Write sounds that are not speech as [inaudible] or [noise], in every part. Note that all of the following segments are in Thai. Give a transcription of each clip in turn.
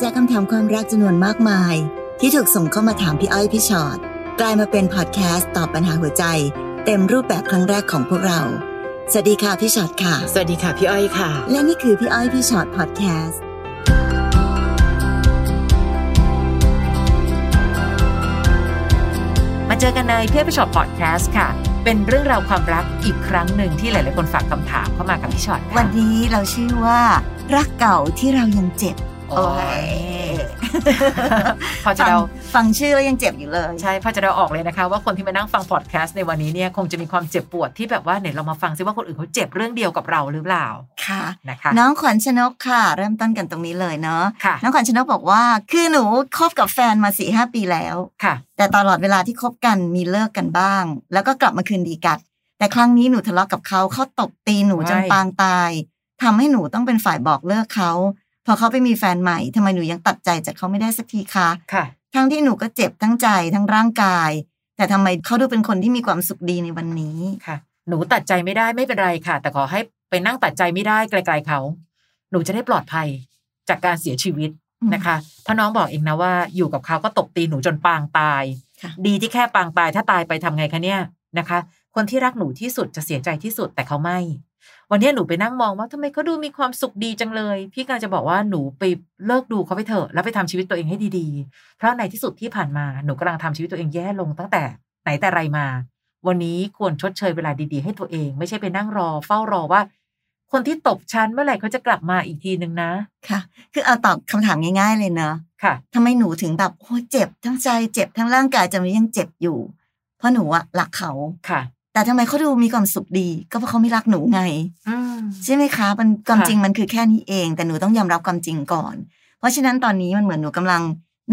จากคำถามความรักจำนวนมากมาย ที่ถูกส่งเข้ามาถามพี่อ้อยพี่ชอ็อตกลายมาเป็นพอดแคสต์ตอบปัญหาหัวใจ เต็มรูปแบบครั้งแรกของพวกเรา สวัสดีค่ะพี่ชอ็อตค่ะ สวัสดีค่ะพี่อ้อยค่ะ และนี่คือพี่อ้อยพี่ชอ็อตพอดแคสต์ มาเจอกันในเพื่อพี่ชอตพอดแคสต์ค่ะ เป็นเรื่องราวความรักอีกครั้งหนึ่งที่หลาย ๆ คนฝากคำถามเข้ามากับพี่ชอตค่ะ วันนี้เราชื่อว่า รักเก่าที่เรายังเจ็บ โอ้ยพอจะ ฟัง เดา ฟังชื่อแล้วยังเจ็บอยู่เลย ใช่พอจะเดาออกเลยนะคะ ว่าคนที่มานั่งฟังพอดแคสต์ในวันนี้เนี่ยคงจะมีความเจ็บปวดที่แบบว่าไหนเรามาฟังซิว่าคนอื่นเขาเจ็บเรื่องเดียวกับเราหรือเปล่า ค่ะ นะคะ น้องขวัญชนกค่ะ เริ่มต้นกันตรงนี้เลยเนาะ ค่ะ น้องขวัญชนกบอกว่า คือหนูคบกับแฟนมาสี่ห้าปีแล้ว ค่ะ แต่ตลอดเวลาที่คบกันมีเลิกกันบ้าง แล้วก็กลับมาคืนดีกัน แต่ครั้งนี้หนูทะเลาะกับเขาเขาตบตีหนูจน ว้าย ปางตายทำให้หนูต้องเป็นฝ่ายบอกเลิกเขาพอเขาไปมีแฟนใหม่ทำไมหนูยังตัดใจจากเขาไม่ได้สักทีคะ ค่ะ ทั้งที่หนูก็เจ็บทั้งใจทั้งร่างกาย แต่ทำไมเขาดูเป็นคนที่มีความสุขดีในวันนี้ ค่ะ หนูตัดใจไม่ได้ไม่เป็นไรค่ะ แต่ขอให้ไปนั่งตัดใจไม่ได้ไกล ๆเขา หนูจะได้ปลอดภัยจากการเสียชีวิต อืม นะคะเพราะน้องบอกเองนะว่าอยู่กับเขาก็ตบตีหนูจนปางตาย ค่ะ ดีที่แค่ปางตายถ้าตายไปทำไงคะเนี่ยนะคะ คนที่รักหนูที่สุดจะเสียใจที่สุดแต่เขาไม่ วันนี้หนูไปนั่งมองว่าทำไมเขาดูมีความสุขดีจังเลย พี่กำลังจะบอกว่าหนูไปเลิกดูเขาไปเถอะแล้วไปทำชีวิตตัวเองให้ดีๆ เพราะในที่สุดที่ผ่านมาหนูกำลังทำชีวิตตัวเองแย่ลงตั้งแต่ไหนแต่ไรมา วันนี้ควรชดเชยเวลาดีๆ ให้ตัวเอง ไม่ใช่ไปนั่งรอ เฝ้ารอว่า คนที่ตบฉันเมื่อไหร่เขาจะกลับมาอีกทีนึงนะ ค่ะ คือเอาตอบคำถามง่าย ๆ เลยเนาะ ค่ะ ทำไมหนูถึงแบบโอ้เจ็บทั้งใจเจ็บทั้งร่างกายจนยังเจ็บอยู่ เพราะหนูอะรักเขา ค่ะ แต่ทำไมเขาดูมีความสุขดี ก็เพราะเขาไม่รักหนูไง อืม ใช่ไหมคะมันความ ค่ะ จริงมันคือแค่นี้เอง แต่หนูต้องยอมรับความจริงก่อน เพราะฉะนั้นตอนนี้มันเหมือนหนูกำลัง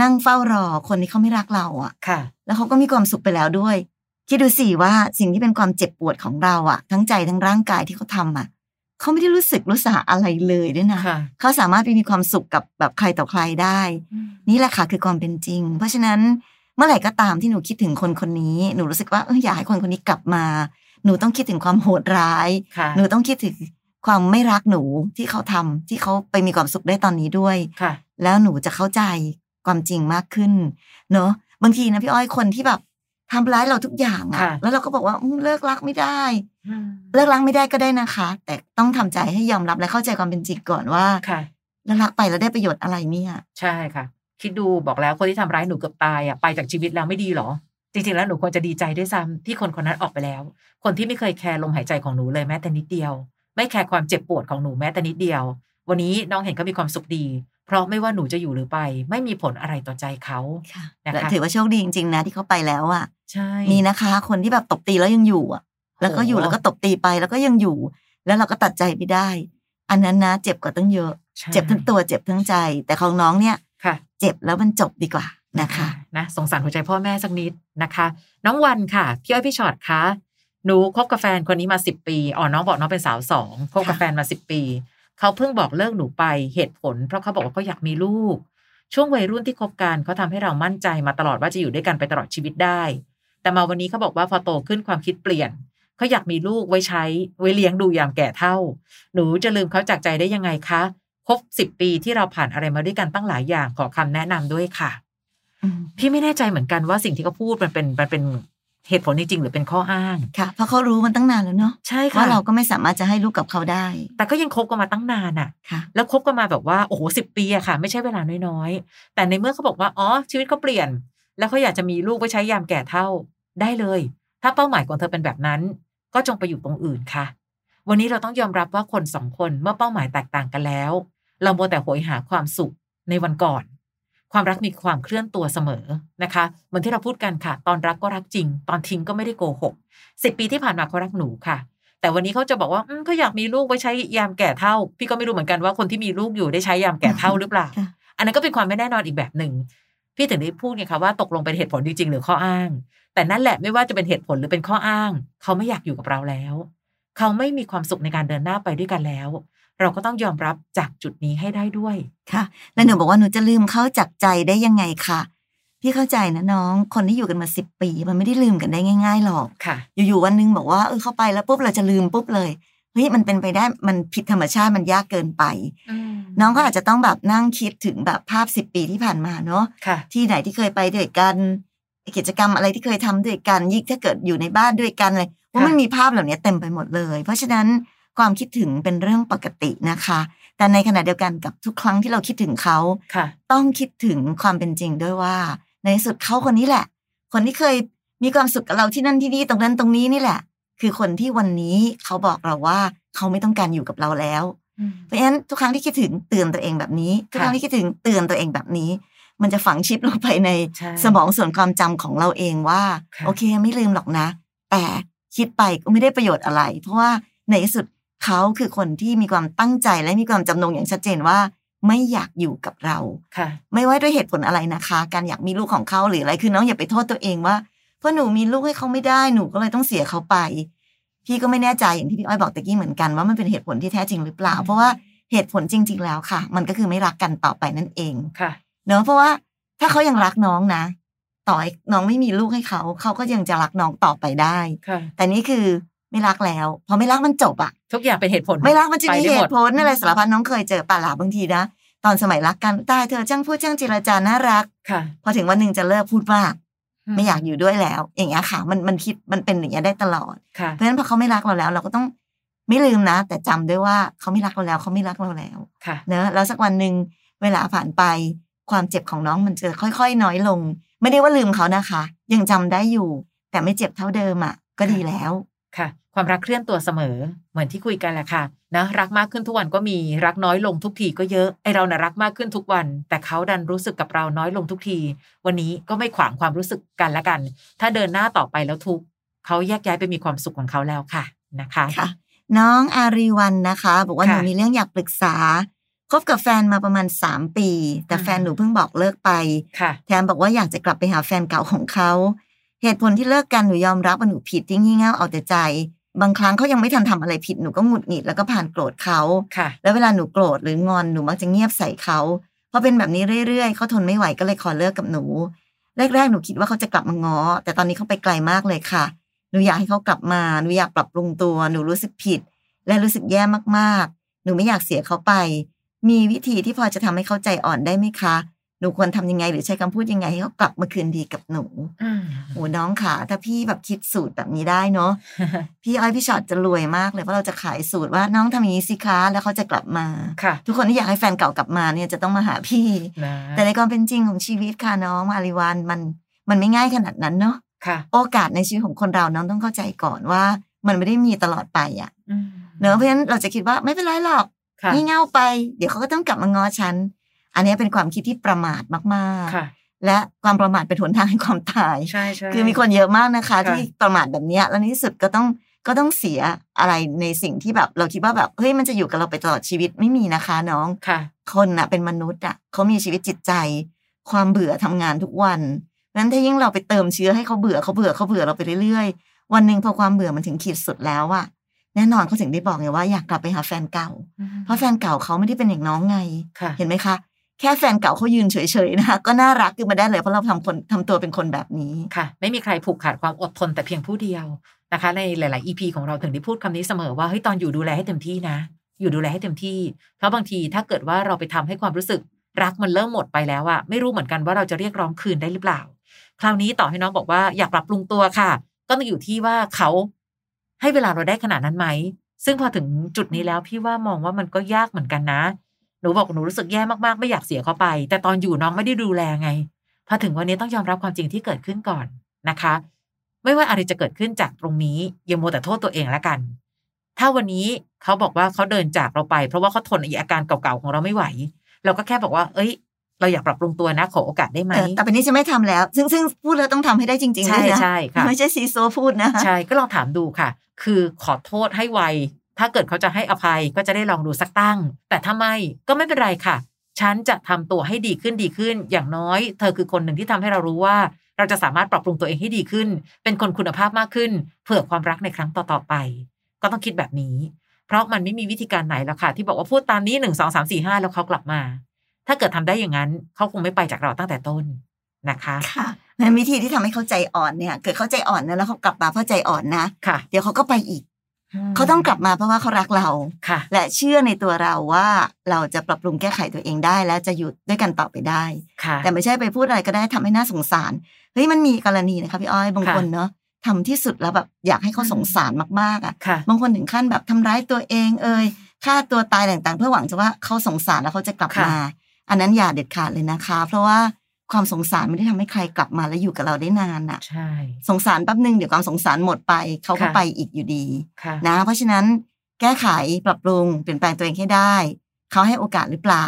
นั่งเฝ้ารอคนที่เขาไม่รักเราอะ ค่ะ แล้วเขาก็มีความสุขไปแล้วด้วยคิดดูสิว่าสิ่งที่เป็นความเจ็บปวดของเราอะทั้งใจทั้งร่างกายที่เขาทำอะเขาไม่ได้รู้สึกรู้สาอะไรเลยด้วยนะ ค่ะ เขาสามารถไปมีความสุขกับแบบใครต่อใครได้ นี่แหละค่ะคือความเป็นจริง เพราะฉะนั้นเมื่อไหร่ก็ตามที่หนูคิดถึงคนคนนี้ หนูรู้สึกว่าเอออยากให้คนคนนี้กลับมา หนูต้องคิดถึงความโหดร้าย ค่ะ หนูต้องคิดถึงความไม่รักหนูที่เขาทำที่เขาไปมีความสุขได้ตอนนี้ด้วย ค่ะ แล้วหนูจะเข้าใจความจริงมากขึ้น เนอะบางทีนะพี่อ้อยคนที่แบบทำร้ายเราทุกอย่างอะ ค่ะ แล้วเราก็บอกว่าอืมเลิกรักไม่ได้ เลิกรักไม่ได้ก็ได้นะคะ แต่ต้องทำใจให้ยอมรับและเข้าใจความเป็นจริงก่อนว่า ค่ะ แล้วรักไปแล้วได้ประโยชน์อะไรเนี่ย ใช่ค่ะ คิดดูบอกแล้วคนที่ทำร้ายหนูเกือบตายอ่ะไปจากชีวิตแล้วไม่ดีหรอ จริงๆแล้วหนูควรจะดีใจด้วยซ้ำที่คนคนนั้นออกไปแล้ว คนที่ไม่เคยแคร์ลมหายใจของหนูเลยแม้แต่นิดเดียว ไม่แคร์ความเจ็บปวดของหนูแม้แต่นิดเดียว วันนี้น้องเห็นก็มีความสุขดี เพราะไม่ว่าหนูจะอยู่หรือไป ไม่มีผลอะไรต่อใจเขา ค่ะ นะคะ และถือว่าโชคดีจริงๆนะที่เขาไปแล้วอ่ะ ใช่ มีนะคะ คนที่แบบตบตีแล้วยังอยู่อ่ะ แล้วก็อยู่แล้วก็ตบตีไปแล้วก็ยังอยู่ แล้วเราก็ตัดใจไม่ได้ อันนั้นนะเจ็บกว่าตั้งเยอะ ใช่ เจ็บทั้งตัวเจ็บทั้งใจ แต่ของน้องเนี่ย ค่ะ เจ็บแล้วมันจบดีกว่านะคะ นะสงสารหัวใจพ่อแม่สักนิดนะคะ น้องวันค่ะพี่อ้อยพี่ชอตคะหนูคบกับแฟนคนนี้มาสิบปีอ๋อน้องบอกน้องเป็นสาวสองคบกับ ค่ะ แฟนมาสิบปี เขาเพิ่งบอกเลิกหนูไปเหตุผล เพราะเขาบอกว่าเขาอยากมีลูก ช่วงวัยรุ่นที่คบกันเขาทำให้เรามั่นใจมาตลอดว่าจะอยู่ด้วยกันไปตลอดชีวิตได้ แต่มาวันนี้เขาบอกว่าพอโตขึ้นความคิดเปลี่ยนเขาอยากมีลูกไว้ใช้ไว้เลี้ยงดูยามแก่เท่า หนูจะลืมเขาจากใจได้ยังไงคะครบสิบปีที่เราผ่านอะไรมาด้วยกันตั้งหลายอย่างขอคำแนะนำด้วยค่ะ อืม พี่ไม่แน่ใจเหมือนกันว่าสิ่งที่เขาพูดมันเป็นมันเป็นเหตุผลจริงๆหรือเป็นข้ออ้าง ค่ะ เพราะเขารู้มันตั้งนานแล้วเนาะ ใช่ค่ะ ว่าเราก็ไม่สามารถจะให้ลูกกับเขาได้ แต่ก็ยังคบกันมาตั้งนานอะ ค่ะ แล้วคบกันมาแบบว่าโอ้โหสิปีอะค่ะ ไม่ใช่เวลาน้อยๆ แต่ในเมื่อเขาบอกว่าอ๋อชีวิตเขาเปลี่ยน แล้วเขาอยากจะมีลูกไว้ใช้ยามแก่เท่าได้เลย ถ้าเป้าหมายของเธอเป็นแบบนั้น ก็จงไปอยู่ตรงอื่นค่ะ วันนี้เราต้องยอมรับว่าคนสองคนเมื่อเป้าหมายแตกต่างกันแล้ว เราโมวแต่โหยหาความสุขในวันก่อน ความรักมีความเคลื่อนตัวเสมอนะคะเหมือนที่เราพูดกันค่ะ ตอนรักก็รักจริง ตอนทิ้งก็ไม่ได้โกหกสิบปีที่ผ่านมาเขารักหนูค่ะ แต่วันนี้เขาจะบอกว่าอืมเขาอยากมีลูกไว้ใช้ยามแก่เท่า พี่ก็ไม่รู้เหมือนกันว่าคนที่มีลูกอยู่ได้ใช้ยามแก่เท่าหรือเปล่า ค่ะ อันนั้นก็เป็นความไม่แน่นอนอีกแบบหนึ่งพี่ถึงได้พูดไงคะว่าตกลงเป็นเหตุผลจริงๆหรือข้ออ้าง แต่นั่นแหละไม่ว่าจะเป็นเหตุผลหรือเป็นข้ออ้าง เขาไม่อยากอยู่กับเราแล้ว เขาไม่มีความสุขในการเดินหน้าไปด้วยกันแล้ว เราก็ต้องยอมรับจากจุดนี้ให้ได้ด้วย ค่ะ แล้วหนูบอกว่าหนูจะลืมเขาจากใจได้ยังไงค่ะพี่เข้าใจนะน้อง คนที่อยู่กันมาสิบปี มันไม่ได้ลืมกันได้ง่าย ๆหรอก ค่ะ อยู่ๆวันหนึงบอกว่าเออเข้าไปแล้วปุ๊บเราจะลืมปุ๊บเลย เฮ้ยมันเป็นไปได้มันผิดธรรมชาติมันยากเกินไป อืม น้องก็อาจจะต้องแบบนั่งคิดถึงแบบภาพสิบปีที่ผ่านมาเนาะ ค่ะ ที่ไหนที่เคยไปด้วยกันกิจกรรมอะไรที่เคยทำด้วยกันยิ่งถ้าเกิดอยู่ในบ้านด้วยกันอะไรว่ามันมีภาพเหล่านี้เต็มไปหมดเลย เพราะฉะนั้นความคิดถึงเป็นเรื่องปกตินะคะ แต่ในขณะเดียวกันกับทุกครั้งที่เราคิดถึงเขา ค่ะ ต้องคิดถึงความเป็นจริงด้วยว่า ในที่สุดเขาคนนี้แหละ คนที่เคยมีความสุขกับเราที่นั่นที่นี่ตรงนั้นตรงนี้นี่แหละ คือคนที่วันนี้เขาบอกเราว่าเขาไม่ต้องการอยู่กับเราแล้ว เพราะฉะนั้นทุกครั้งที่คิดถึงเตือนตัวเองแบบนี้ ทุกครั้งที่คิดถึงเตือนตัวเองแบบนี้ มันจะฝังชิปลงไปใน ใช่ สมองส่วนความจำของเราเองว่า ค่ะ โอเคไม่ลืมหรอกนะ แต่คิดไปก็ไม่ได้ประโยชน์อะไร เพราะว่าในที่สุดเขาคือคนที่มีความตั้งใจและมีความจำนงอย่างชัดเจนว่า ไม่อยากอยู่กับเรา ค่ะ ไม่ว่าด้วยเหตุผลอะไรนะคะ การอยากมีลูกของเขาหรืออะไรคือน้องอย่าไปโทษตัวเองว่า เพราะหนูมีลูกให้เขาไม่ได้หนูก็เลยต้องเสียเขาไป พี่ก็ไม่แน่ใจอย่างที่พี่อ้อยบอกตะกี้เหมือนกันว่ามันเป็นเหตุผลที่แท้จริงหรือเปล่า อืม เพราะว่าเหตุผลจริง ๆ แล้วค่ะ มันก็คือไม่รักกันต่อไปนั่นเอง ค่ะ เนอะเพราะว่าถ้าเขายังรักน้องนะ ต่อให้น้องไม่มีลูกให้เขาเขาก็ยังจะรักน้องต่อไปได้ ค่ะ แต่นี่คือไม่รักแล้ว พอไม่รักมันจบอะ ทุกอย่างเป็นเหตุผล ไม่รักมันจะมี ไป เห ได้ด ตุผลอะไรสารพัดน้องเคยเจอป่าหลาบางทีนะ ตอนสมัยรักกันตายเธอจ้างพูดจ้างเจรจาน่ารัก ค่ะ พอถึงวันหนึ่งจะเลิกพูดมากไม่อยากอยู่ด้วยแล้ว อย่างเงี้ยค่ะ มันมันคิดมันเป็นอย่างเงี้ยได้ตลอด ค่ะ เพราะฉะนั้นพอเขาไม่รักเราแล้ว เราก็ต้องไม่ลืมนะ แต่จำด้วยว่าเขาไม่รักเราแล้วเขาไม่รักเราแล้ว ค่ะ เนอะแล้วสักวันหนึ่งเวลาผ่านไปความเจ็บของน้องมันจะค่อย ๆ น้อยลง ไม่ได้ว่าลืมเขานะคะ ยังจำได้อยู่ แต่ไม่เจ็บเท่าเดิมอ่ะก็ดีแล้ว ค่ะ ความรักเคลื่อนตัวเสมอ เหมือนที่คุยกันแหละค่ะ นะ รักมากขึ้นทุกวันก็มี รักน้อยลงทุกทีก็เยอะ ไอเราน่ะรักมากขึ้นทุกวัน แต่เขาดันรู้สึกกับเราน้อยลงทุกที วันนี้ก็ไม่ขวางความรู้สึกกันละกัน ถ้าเดินหน้าต่อไปแล้วทุกข์เขาแยกย้ายไปมีความสุขของเขาแล้วค่ะ นะคะ ค่ะน้องอารีวันนะคะ บอกว่าห ค่ะ นูมีเรื่องอยากปรึกษาคบกับแฟนมาประมาณ 3 ปี แต่ อ่า แฟนหนูเพิ่งบอกเลิกไป ค่ะ แถมบอกว่าอยากจะกลับไปหาแฟนเก่าของเขา เหตุผลที่เลิกกันหนูยอมรับว่าหนูผิดที่งี่เง่าเอาแต่ใจ บางครั้งเขายังไม่ทันทำอะไรผิดหนูก็หงุดหงิดแล้วก็ผ่านโกรธเขา ค่ะ แล้วเวลาหนูโกรธหรืองอนหนูมักจะเงียบใส่เขาพอเป็นแบบนี้เรื่อยๆเขาทนไม่ไหวก็เลยขอเลิกกับหนู แรกๆหนูคิดว่าเขาจะกลับมาง้อ แต่ตอนนี้เขาไปไกลมากเลยค่ะ หนูอยากให้เขากลับมาหนูอยากปรับปรุงตัวหนูรู้สึกผิด และรู้สึกแย่มากๆ หนูไม่อยากเสียเขาไป มีวิธีที่พอจะทำให้เขาใจอ่อนได้ไหมคะ หนูควรทำยังไง หรือใช้คำพูดยังไงให้เขากลับมาคืนดีกับหนู อืม โอ้น้องค่ะถ้าพี่แบบคิดสูตรแบบนี้ได้เนาะ พี่อ้อยพี่ชอตจะรวยมากเลยเพราะเราจะขายสูตรว่าน้องทำอย่างนี้สิคะแล้วเขาจะกลับมา ค่ะ ทุกคนที่อยากให้แฟนเก่ากลับมาเนี่ยจะต้องมาหาพี่ นะ แต่ในความเป็นจริงของชีวิตค่ะน้องอาริวันมันมันไม่ง่ายขนาดนั้นเนาะ ค่ะ โอกาสในชีวิตของคนเราน้องต้องเข้าใจก่อนว่า มันไม่ได้มีตลอดไปอะ อืม เนอะเพราะฉะนั้นเราจะคิดว่าไม่เป็นไรหรอก ค่ะ งี่เง่าไป เดี๋ยวเขาก็ต้องกลับมาง้อฉัน อันนี้เป็นความคิดที่ประมาทมาก ค่ะ ๆ และความประมาทเป็นหนทางแห่งความตาย ใช่ใช่ คือมีคนเยอะมากนะคะ ค่ะ ที่ประมาทแบบเนี้ยแล้วในที่สุดก็ต้องก็ต้องเสียอะไรในสิ่งที่แบบ เราคิดว่าแบบเฮ้ยมันจะอยู่กับเราไปตลอดชีวิตไม่มีนะคะน้อง ค่ะ คนน่ะเป็นมนุษย์อ่ะเขามีชีวิตจิตใจ ความเบื่อทำงานทุกวันนั้นถ้ายิ่งเราไปเติมเชื้อให้เขาเบื่อเขาเบื่อเขาเบื่อเราไปเรื่อยๆ วันหนึ่งพอความเบื่อมันถึงขีดสุดแล้วอะแน่นอนเขาถึงได้บอกไงว่าอยากกลับไปหาแฟนเก่า เพราะแฟนเก่าเขาไม่ได้เป็นอย่างน้องไง ค่ะ เห็นไหมคะ แค่แฟนเก่าเขายืนเฉยๆนะคะ [laughs] ก็น่ารักขึ้นมาได้เลยเพราะเราทำคนทำตัวเป็นคนแบบนี้ ค่ะ ไม่มีใครผูกขาดความอดทนแต่เพียงผู้เดียวนะคะ ในหลาย ๆ EP ของเราถึงได้พูดคำนี้เสมอว่าเฮ้ยตอนอยู่ดูแลให้เต็มที่นะ อยู่ดูแลให้เต็มที่ เพราะบางทีถ้าเกิดว่าเราไปทำให้ความรู้สึก รักมันเริ่มหมดไปแล้วอะไม่รู้เหมือนกันว่าเราจะเรียกร้องคืนได้หรือเปล่า คราวนี้ต่อให้น้องบอกว่าอยากปรับปรุงตัวค่ะ ก็ต้องอยู่ที่ว่าเขาให้เวลาเราได้ขนาดนั้นไหม ซึ่งพอถึงจุดนี้แล้วพี่ว่ามองว่ามันก็ยากเหมือนกันนะ หนูบอกหนูรู้สึกแย่มากๆไม่อยากเสียเขาไป แต่ตอนอยู่น้องไม่ได้ดูแลไง พอถึงวันนี้ต้องยอมรับความจริงที่เกิดขึ้นก่อนนะคะ ไม่ว่าอะไรจะเกิดขึ้นจากตรงนี้อย่ามัวแต่โทษตัวเองละกัน ถ้าวันนี้เขาบอกว่าเขาเดินจากเราไป เพราะว่าเขาทนไอีอาการเก่าๆของเราไม่ไหว เราก็แค่บอกว่า เอ้ย เราอยากปรับปรุงตัวนะขอโอกาสได้ไหม เออแต่เป็นนี้จะไม่ทำแล้ว ซึ่งซึ่งพูดแล้วต้องทำให้ได้จริงๆ ใช่ ด้วยนะ ใช่ค่ะ ไม่ใช่ซีโซวพูดนะ ใช่ ก็ลองถามดูค่ะ คือขอโทษให้ไว ถ้าเกิดเขาจะให้อภัยก็จะได้ลองดูสักตั้ง แต่ถ้าไม่ก็ไม่เป็นไรค่ะ ฉันจะทำตัวให้ดีขึ้นดีขึ้น อย่างน้อย เธอคือคนหนึ่งที่ทำให้เรารู้ว่า เราจะสามารถปรับปรุงตัวเองให้ดีขึ้น เป็นคนคุณภาพมากขึ้น เผื่อความรักในครั้งต่อๆไป ก็ต้องคิดแบบนี้ เพราะมันไม่มีวิธีการไหนแล้วค่ะ ที่บอกว่าพูดตามนี้หนึ่งสองสามสี่ห้าแล้วเขากลับมา ถ้าเกิดทำได้อย่างนั้นเขาคงไม่ไปจากเราตั้งแต่ต้นนะคะ ค่ะงั้นวิธีที่ทำให้เขาใจอ่อนเนี่ย เกิดเขาใจอ่อนนะแล้วเขากลับมาเพราะใจอ่อนนะ ค่ะ เดี๋ยวเขาก็ไปอีก ม เขาต้องกลับมาเพราะว่าเขารักเรา ค่ะ และเชื่อในตัวเราว่าเราจะปรับปรุงแก้ไขตัวเองได้ และจะอยู่ด้วยกันต่อไปได้ ค่ะ แต่ไม่ใช่ไปพูดอะไรก็ได้ทำให้น่าสงสารเฮ้ยมันมีกรณีนะคะพี่อ้อยบาง ค่ะ คนเนาะทำที่สุดแล้วแบบอยากให้เขา อืม สงสารมากๆอ่ะ ค่ะ บางคนถึงขั้นแบบทำร้ายตัวเองเอ่ยฆ่าตัวตายต่างๆ เพื่อหวังจะว่าเขาสงสารแล้วเขาจะกลับ ค่ะ มา อันนั้นอย่าเด็ดขาดเลยนะคะ เพราะว่าความสงสารไม่ได้ทำให้ใครกลับมาและอยู่กับเราได้นานอ่ะ ใช่ สงสารแป๊บหนึ่งเดี๋ยวความสงสารหมดไปเขาก็ไปอีกอยู่ดี ค่ะ นะเพราะฉะนั้นแก้ไขปรับปรุงเปลี่ยนแปลงตัวเองให้ได้ เขาให้โอกาสหรือเปล่า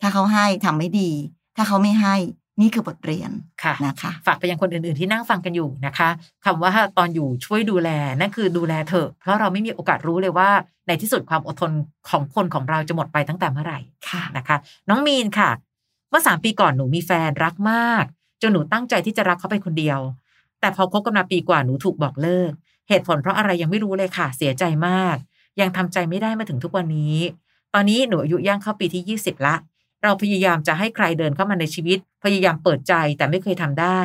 ถ้าเขาให้ทำไม่ดี ถ้าเขาไม่ให้นี่คือบทเรียน ค่ะ นะคะ ฝากไปยังคนอื่นๆที่นั่งฟังกันอยู่นะคะคำว่าตอนอยู่ช่วยดูแลนั่นคือดูแลเถอะ เพราะเราไม่มีโอกาสรู้เลยว่า ในที่สุดความอดทนของคนของเราจะหมดไปตั้งแต่เมื่อไหร่ ค่ะ นะคะ น้องมีนค่ะ เมื่อสามปีก่อนหนูมีแฟนรักมากจนหนูตั้งใจที่จะรักเขาไปคนเดียว แต่พอคบกันมาปีกว่าหนูถูกบอกเลิก เหตุผลเพราะอะไรยังไม่รู้เลยค่ะ เสียใจมาก ยังทำใจไม่ได้มาถึงทุกวันนี้ ตอนนี้หนูอายุย่างเข้าปีที่ 20 ละ เราพยายามจะให้ใครเดินเข้ามาในชีวิต พยายามเปิดใจแต่ไม่เคยทำได้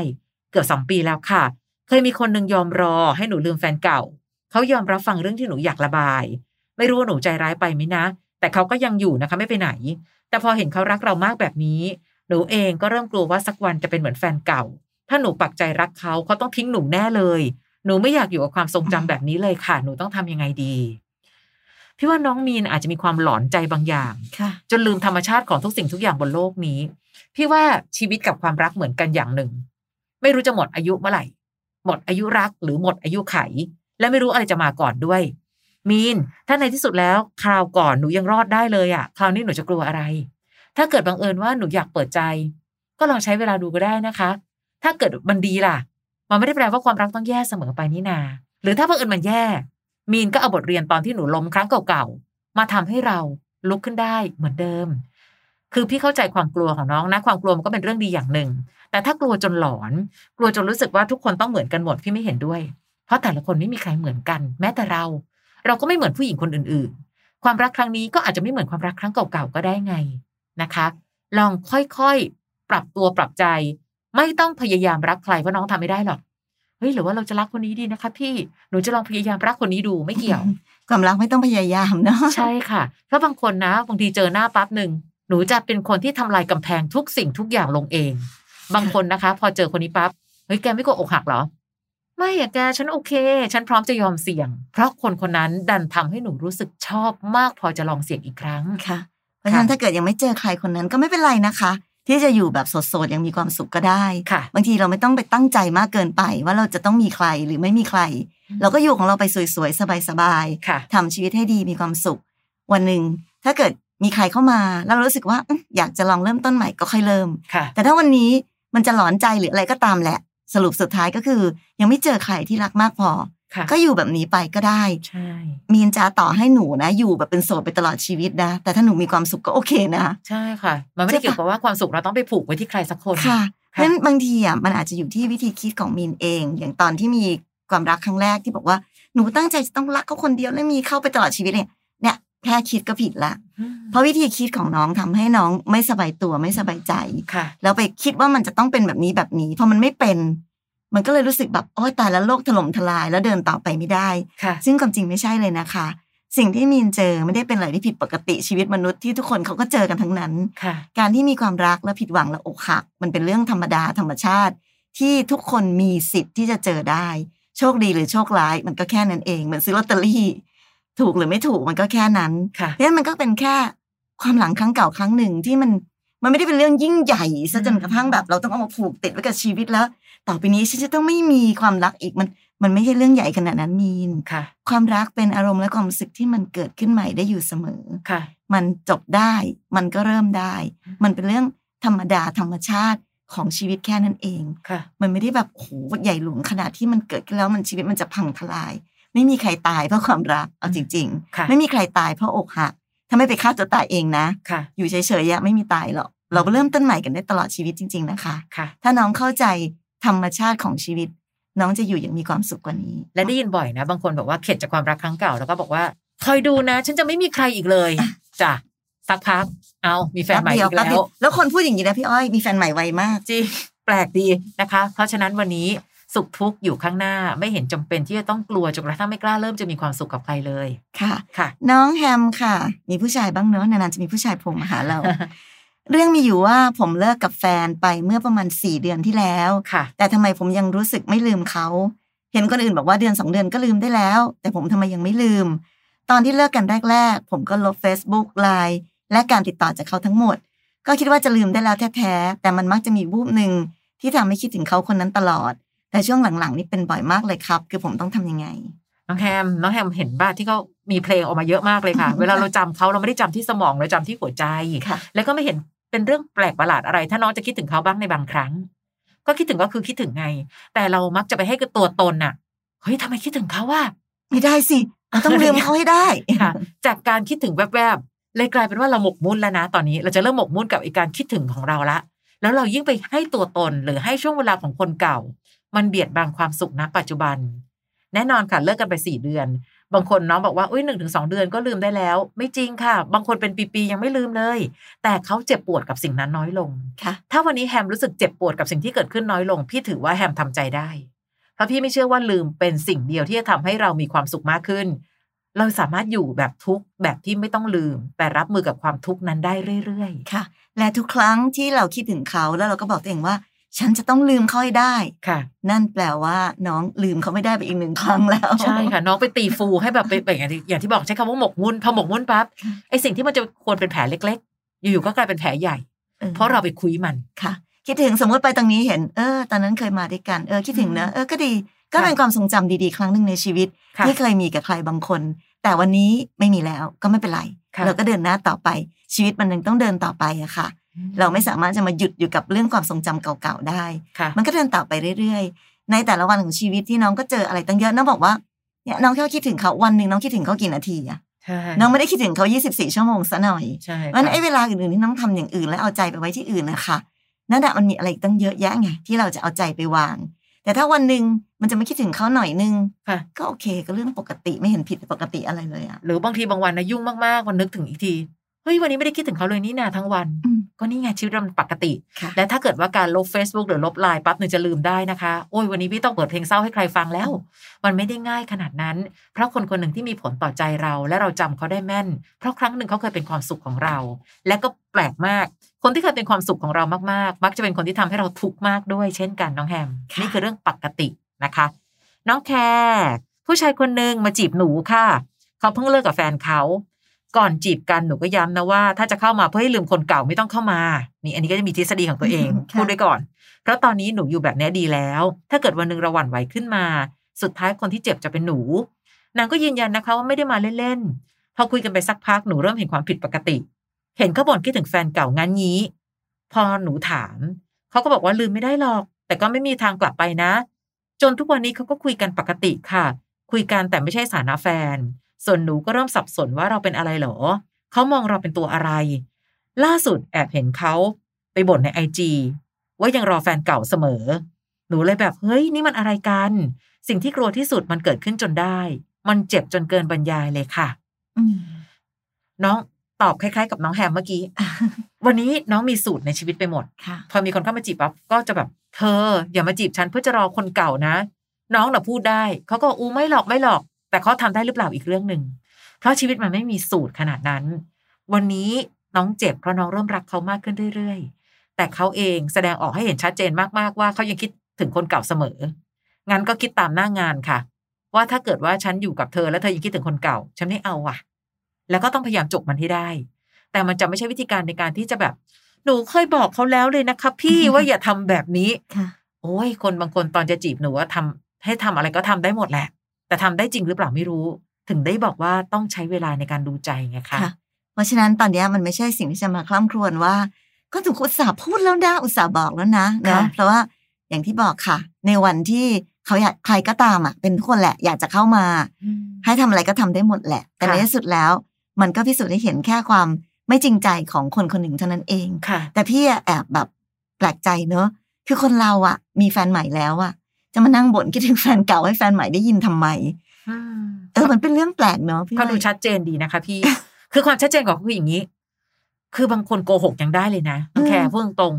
เกือบสองปีแล้วค่ะ เคยมีคนหนึ่งยอมรอให้หนูลืมแฟนเก่า เขายอมรับฟังเรื่องที่หนูอยากระบาย ไม่รู้ว่าหนูใจร้ายไปไหมนะ แต่เขาก็ยังอยู่นะคะไม่ไปไหน แต่พอเห็นเขารักเรามากแบบนี้ หนูเองก็เริ่มกลัวว่าสักวันจะเป็นเหมือนแฟนเก่า ถ้าหนูปักใจรักเขาเขาต้องทิ้งหนูแน่เลย หนูไม่อยากอยู่กับความทรงจำแบบนี้เลยค่ะ หนูต้องทำยังไงดี พี่ว่าน้องมีนอาจจะมีความหลอนใจบางอย่าง ค่ะ จนลืมธรรมชาติของทุกสิ่งทุกอย่างบนโลกนี้ พี่ว่าชีวิตกับความรักเหมือนกันอย่างหนึ่ง ไม่รู้จะหมดอายุเมื่อไหร่ หมดอายุรักหรือหมดอายุไข และไม่รู้อะไรจะมาก่อนด้วย มีน ถ้าในที่สุดแล้วคราวก่อนหนูยังรอดได้เลยอะ่ะ คราวนี้หนูจะกลัวอะไร ถ้าเกิดบังเอิญว่าหนูอยากเปิดใจ ก็ลองใช้เวลาดูก็ได้นะคะ ถ้าเกิดมันดีล่ะ มันไม่ได้แปลว่าความรักต้องแย่เสมอไปนี่นา หรือถ้าบังเอิญมันแย่ มีนก็เอาบทเรียนตอนที่หนูล้มครั้งเก่าๆ มาทำให้เราลุกขึ้นได้เหมือนเดิม คือพี่เข้าใจความกลัวของน้องนะ ความกลัวมันก็เป็นเรื่องดีอย่างหนึ่ง แต่ถ้ากลัวจนหลอน กลัวจนรู้สึกว่าทุกคนต้องเหมือนกันหมดพี่ไม่เห็นด้วย เพราะแต่ละคนไม่มีใครเหมือนกัน แม้แต่เรา เราก็ไม่เหมือนผู้หญิงคนอื่นๆ ความรักครั้งนี้ก็อาจจะไม่เหมือนความรักครั้งเก่าๆ ก็ได้ไงนะคะ ลองค่อยๆ ปรับตัวปรับใจ ไม่ต้องพยายามรักใครเพราะน้องทำไม่ได้หรอก เฮ้ยหรือว่าเราจะรักคนนี้ดีนะคะ พี่ หนูจะลองพยายามรักคนนี้ดูไม่เกี่ยว ความรักไม่ต้องพยายามเนาะ [laughs] ใช่ค่ะ เพราะบางคนนะบางทีเจอหน้าปั๊บหนึ่งหนูจะเป็นคนที่ทำลายกำแพงทุกสิ่งทุกอย่างลงเอง บางคนนะคะ พอเจอคนนี้ปั๊บเฮ้ยแกไม่กลัวอกหักเหรอ ไม่อะแกฉันโอเค ฉันพร้อมจะยอมเสี่ยง เพราะคนคนนั้นดันทำให้หนูรู้สึกชอบมากพอจะลองเสี่ยงอีกครั้ง ค่ะ เพราะฉะนั้น ค่ะ ถ้าเกิดยังไม่เจอใครคนนั้นก็ไม่เป็นไรนะคะ ที่จะอยู่แบบโสดๆยังมีความสุขก็ได้ ค่ะ บางทีเราไม่ต้องไปตั้งใจมากเกินไป ว่าเราจะต้องมีใครหรือไม่มีใคร เราก็อยู่ของเราไปสวยๆสบายๆ ค่ะ ทำชีวิตให้ดีมีความสุข วันหนึ่งถ้าเกิดมีใครเข้ามาแล้วรู้สึกว่าอื้ออยากจะลองเริ่มต้นใหม่ก็ค่อยเริ่ม ค่ะ แต่ถ้าวันนี้มันจะหลอนใจหรืออะไรก็ตามแหละ สรุปสุดท้ายก็คือ ยังไม่เจอใครที่รักมากพอ ค่ะ ก็อยู่แบบนี้ไปก็ได้ ใช่ มีนจาต่อให้หนูนะ อยู่แบบเป็นโสดไปตลอดชีวิตนะ แต่ถ้าหนูมีความสุขก็โอเคนะ ใช่ค่ะ มันไม่ได้เกี่ยวกับว่าความสุขเราต้องไปผูกไว้ที่ใครสักคน ค่ะเพราะฉะนั้นบางทีอ่ะมันอาจจะอยู่ที่วิธีคิดของมีนเอง อย่างตอนที่มีความรักครั้งแรกที่บอกว่าหนูตั้งใจจะต้องรักเขาคนเดียวและมีเข้าไปตลอดชีวิตเนี่ยเนี่ยแค่คิดก็ผิดละ เพราะวิธีคิดของน้องทำให้น้องไม่สบายตัวไม่สบายใจ ค่ะ แล้วไปคิดว่ามันจะต้องเป็นแบบนี้แบบนี้พอมันไม่เป็น มันก็เลยรู้สึกแบบโอ้ยตายแล้วโลกถล่มทลายแล้วเดินต่อไปไม่ได้ ค่ะ ซึ่งความจริงไม่ใช่เลยนะคะ สิ่งที่มีนเจอไม่ได้เป็นอะไรที่ผิดปกติชีวิตมนุษย์ที่ทุกคนเขาก็เจอกันทั้งนั้น ค่ะ การที่มีความรักและผิดหวังและอกหัก มันเป็นเรื่องธรรมดาธรรมชาติ ที่ทุกคนมีสิทธิ์ที่จะเจอได้ โชคดีหรือโชคร้าย มันก็แค่นั้นเองเหมือนซื้อลอตเตอรี่ ถูกหรือไม่ถูกมันก็แค่นั้น ค่ะ เพราะฉะนั้นมันก็เป็นแค่ความหลังครั้งเก่าครั้งหนึ่งที่มันมันไม่ได้เป็นเรื่องยิ่งใหญ่ซะจนกระทั่งแบบเราต้องเอามาผูกติดไว้กับชีวิตแล้ว ต่อไปนี้ฉันจะต้องไม่มีความรักอีกมัน มันไม่ใช่เรื่องใหญ่ขนาดนั้นมีน ค่ะ ความรักเป็นอารมณ์และความรู้สึกที่มันเกิดขึ้นใหม่ได้อยู่เสมอ ค่ะ มันจบได้ มันก็เริ่มได้ มันเป็นเรื่องธรรมดาธรรมชาติของชีวิตแค่นั้นเอง ค่ะ มันไม่ได้แบบโอ้โหใหญ่หลวงขนาดที่มันเกิดขึ้นแล้วมันชีวิตมันจะพังทลาย ไม่มีใครตายเพราะความรักเอาจริง ๆ ค่ะ ไม่มีใครตายเพราะอกหัก ถ้าไม่ไปฆ่าตัวตายเองนะ ค่ะ อยู่เฉยๆอะไม่มีตายหรอก เราเริ่มต้นใหม่กันได้ตลอดชีวิตจริง ๆ นะคะ ค่ะ ถ้าน้องเข้าใจธรรมชาติของชีวิต น้องจะอยู่อย่างมีความสุขกว่านี้ และได้ยินบ่อยนะ บางคนบอกว่าเข็ดจากความรักครั้งเก่าแล้วก็บอกว่า คอยดูนะ ฉันจะไม่มีใครอีกเลย [laughs] จ้ะสักพัก เอามีแฟนใหม่ ป๊บเดีย อีก ป๊บ แล้ เดียว แล้วคนพูดอย่างนี้นะพี่อ้อย มีแฟนใหม่ไวมาก จริง แปลกดีนะคะ เพราะฉะนั้นวันนี้ สุขทุกข์อยู่ข้างหน้าไม่เห็นจำเป็นที่จะต้องกลัวจนกระทั่งไม่กล้าเริ่มจะมีความสุขกับใครเลย ค่ะ [laughs] ค่ะ น้องแฮมค่ะ มีผู้ชายบ้างเนอะนานๆจะมีผู้ชายโผล่มาหา [laughs] เรา เรื่องมีอยู่ว่าผมเลิกกับแฟนไปเมื่อประมาณสี่เดือนที่แล้ว ค่ะ แต่ทำไมผมยังรู้สึกไม่ลืมเขา เห็นคนอื่นบอกว่าเดือนสองเดือนก็ลืมได้แล้ว แต่ผมทำไมยังไม่ลืม ตอนที่เลิกกันแรกๆ ผมก็ลบ Facebook ไลน์และการติดต่อจากเขาทั้งหมด ก็คิดว่าจะลืมได้แล้วแท้ๆ แต่มันมักจะมีวูบหนึ่งที่ทำให้คิดถึงเขาคนนั้นตลอด แต่ช่วงหลังๆ นี่เป็นบ่อยมากเลยครับ คือผมต้องทำยังไง น้องแฮม น้องแฮมเห็นบ้าที่เขามีเพลงออกมาเยอะมากเลยค่ะ อืม เวลาเราจำเขาเราไม่ได้จำที่สมองเราจำที่หัวใจ ค่ะ แล้วก็ไม่เห็นเป็นเรื่องแปลกประหลาดอะไร ถ้าน้องจะคิดถึงเขาบ้างในบางครั้ง ก็คิดถึงก็คือคิดถึงไง แต่เรามักจะไปให้กับตัวตนน่ะ เฮ้ยทำไมคิดถึงเขาว่า ไม่ได้สิเราต้องลืมเขาให้ได้ ค่ะ จากการคิดถึงแวบๆ เลยกลายเป็นว่าเราหมกมุ่นแล้วนะ ตอนนี้เราจะเริ่มหมกมุ่นกับไอการคิดถึงของเราละ แล้วเรายิ่งไปให้ตัวตนหรือให้ช่วงเวลาของคนเก่า มันเบียดบังความสุขณปัจจุบัน แน่นอนค่ะเลิกกันไปสี่เดือน บางคนน้องบอกว่าอุ้ยหนึ่งถึงสองเดือนก็ลืมได้แล้ว ไม่จริงค่ะ บางคนเป็นปีๆยังไม่ลืมเลย แต่เขาเจ็บปวดกับสิ่งนั้นน้อยลง [laughs] ค่ะ ถ้าวันนี้แฮมรู้สึกเจ็บปวดกับสิ่งที่เกิดขึ้นน้อยลง พี่ถือว่าแฮมทำใจได้ เพราะพี่ไม่เชื่อว่าลืมเป็นสิ่งเดียวที่จะทำให้เรามีความสุขมากขึ้น เราสามารถอยู่แบบทุกข์แบบที่ไม่ต้องลืม แต่รับมือกับความทุกข์นั้นได้เรื่อย ค่ะ และทุกครั้งที่เราคิดถึงเขาแล้วเราก็บอกตัวเองว่า ฉันจะต้องลืมเขาให้ได้ ๆ ค่ะ นั่นแปลว่าน้องลืมเขาไม่ได้ไปอีกหนึ่งครั้งแล้ว ใช่ค่ะ น้องไปตีฟูให้แบบไปแบบอย่างที่อย่างที่บอกใช้คำว่าหมกมุ่นพอหมกมุ่นปั๊บ ค่ะ ไอสิ่งที่มันจะควรเป็นแผลเล็ก ๆ อยู่ๆก็กลายเป็นแผลใหญ่ ออ เพราะเราไปคุยมัน ค่ะ คิดถึงสมมติไปตรงนี้เห็น เออ ตอนนั้นเคยมาด้วยกัน เออ คิดถึงเนอะเออ ก็ดี ก็เป็นความทรงจำดีๆ ครั้งหนึ่งในชีวิต ค่ะ ที่เคยมีกับใครบางคน แต่วันนี้ไม่มีแล้วก็ไม่เป็นไร ค่ะ เราก็เดินหน้าต่อไป ชีวิตมันยังต้องเดินต่อไปอะค่ะ เราไม่สามารถจะมาหยุดอยู่กับเรื่องความทรงจำเก่าๆได้ ค่ะ มันก็เดินต่อไปเรื่อยๆ ในแต่ละวันของชีวิตที่น้องก็เจออะไรตั้งเยอะน้องบอกว่าเนี่ยน้องแค่คิดถึงเขาวันหนึ่งน้องคิดถึงเขากี่นาทีอะ ใช่ น้องไม่ได้คิดถึงเขา 24 ชั่วโมงซะหน่อย ใช่ เพราะฉะนั้น ค่ะ ไอ้เวลาอื่นๆที่น้องทำอย่างอื่นแล้วเอาใจไปไว้ที่อื่นนะคะนั่นแหะมันมีอะไรอีกตั้งเยอะแยะไงที่เราจะเอาใจไปวาง แต่ถ้าวันหนึ่งมันจะไม่คิดถึงเขาหน่อยนึง ค่ะ ก็โอเคก็เรื่องปกติไม่เห็นผิดปกติอะไรเลยอ่ะ หรือบางทีบางวันนะยุ่งมากๆวันนึกถึงอีกทีเฮ้ยวันนี้ไม่ได้คิดถึงเขาเลยนี่นาทั้งวัน อืม ก็นี่ไงชีวิตเรามันปกติ ค่ะ และถ้าเกิดว่าการลบ Facebook หรือลบไลน์ปั๊บหนึ่งจะลืมได้นะคะ โอ้ยวันนี้พี่ต้องเปิดเพลงเศร้าให้ใครฟังแล้ว มันไม่ได้ง่ายขนาดนั้น เพราะคนคนหนึ่งที่มีผลต่อใจเรา และเราจำเขาได้แม่น เพราะครั้งหนึ่งเขาเคยเป็นความสุขของเรา และก็แปลกมาก คนที่เคยเป็นความสุขของเรามากๆ มักจะเป็นคนที่ทำให้เราทุกข์มากด้วย เช่นกันน้องแฮม ค่ะ นี่คือเรื่องปกตินะคะ น้องแคร์ผู้ชายคนหนึ่งมาจีบหนูค่ะ เขาเพิ่งเลิกกับแฟนเขา ก่อนจีบกันหนูก็ย้ำนะว่า ถ้าจะเข้ามาเพื่อให้ลืมคนเก่าไม่ต้องเข้ามา นี่อันนี้ก็จะมีทฤษฎีของตัวเอง [laughs] ค่ะ พูดไว้ก่อน เพราะตอนนี้หนูอยู่แบบเนี้ยดีแล้ว ถ้าเกิดวันหนึ่งเราหวั่นไหวขึ้นมา สุดท้ายคนที่เจ็บจะเป็นหนู นางก็ยืนยันนะคะว่าไม่ได้มาเล่นๆ พอคุยกันไปสักพักหนูเริ่มเห็นความผิดปกติ เห็นเขาบ่นคิดถึงแฟนเก่างั้นงี้ พอหนูถาม เขาก็บอกว่าลืมไม่ได้หรอก แต่ก็ไม่มีทางกลับไปนะ จนทุกวันนี้เขาก็คุยกันปกติค่ะ คุยกันแต่ไม่ใช่สถานะแฟน ส่วนหนูก็เริ่มสับสนว่าเราเป็นอะไรเหรอ เขามองเราเป็นตัวอะไร ล่าสุดแอบเห็นเขาไปบ่นในไอจีว่ายังรอแฟนเก่าเสมอ หนูเลยแบบเฮ้ยนี่มันอะไรกัน สิ่งที่กลัวที่สุดมันเกิดขึ้นจนได้ มันเจ็บจนเกินบรรยายเลยค่ะ อืม น้องตอบคล้ายๆ กับน้องแฮมเมื่อกี้ [laughs] วันนี้น้องมีสูตรในชีวิตไปหมด ค่ะ พอมีคนเข้ามาจีบปั๊บก็จะแบบเธออย่ามาจีบฉันเพื่อจะรอคนเก่านะ น้องน่ะพูดได้เขาก็อู้ไม่หรอกไม่หรอก แต่เขาทำได้หรือเปล่าอีกเรื่องหนึ่งเพราะชีวิตมันไม่มีสูตรขนาดนั้น วันนี้น้องเจ็บเพราะน้องเริ่มรักเขามากขึ้นเรื่อยๆ แต่เขาเองแสดงออกให้เห็นชัดเจนมากๆว่าเขายังคิดถึงคนเก่าเสมอ งั้นก็คิดตามหน้างานค่ะ ว่าถ้าเกิดว่าฉันอยู่กับเธอแล้วเธอยังคิดถึงคนเก่า ฉันไม่เอาอ่ะ แล้วก็ต้องพยายามจบมันให้ได้ แต่มันจะไม่ใช่วิธีการในการที่จะแบบ หนูเคยบอกเขาแล้วเลยนะคะ พี่ ว่าอย่าทำแบบนี้ ค่ะ โอ้ยคนบางคนตอนจะจีบหนูว่าทำให้ทำอะไรก็ทำได้หมดแหละ แต่ทำได้จริงหรือเปล่าไม่รู้ ถึงได้บอกว่าต้องใช้เวลาในการดูใจไงคะ ค่ะ เพราะฉะนั้นตอนเนี้ยมันไม่ใช่สิ่งที่จะมาคล่ำครวญว่า ก็ถูกอุตส่าห์พูดแล้วนะอุตส่าห์บอกแล้วนะเนาะ ค่ะ เพราะว่าอย่างที่บอกค่ะ ในวันที่เขาอยากใครก็ตามอ่ะเป็นทุกคนแหละอยากจะเข้ามา ให้ทำอะไรก็ทำได้หมดแหละ แต่ใน ค่ะ ที่สุดแล้ว มันก็พิสูจน์ให้เห็นแค่ความไม่จริงใจของคนคนหนึ่งเท่านั้นเอง ค่ะ แต่พี่อะแอบแบบแปลกใจเนอะคือคนเราอ่ะ มีแฟนใหม่แล้วอ่ะ จะมานั่งบ่นคิดถึงแฟนเก่าให้แฟนใหม่ได้ยินทำไม อืม เออมันเป็นเรื่องแปลกเนอะพี่ เขาดู อ้อย ชัดเจนดีนะคะ พี่ [laughs] คือความชัดเจนของเขาคืออย่างนี้ คือบางคนโกหกยังได้เลยนะน้องแคร์พูดตรง